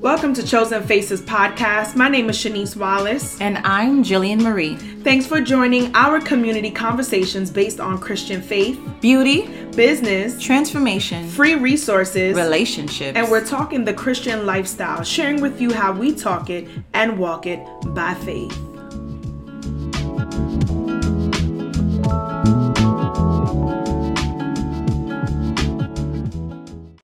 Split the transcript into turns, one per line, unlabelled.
Welcome to Chosen Faces Podcast. My name is Shanice Wallace.
And I'm Jillian Marie.
Thanks for joining our community conversations based on Christian faith,
Beauty,
business,
transformation,
free resources,
relationships.
and we're talking the Christian lifestyle, sharing with you how we talk it and walk it by faith.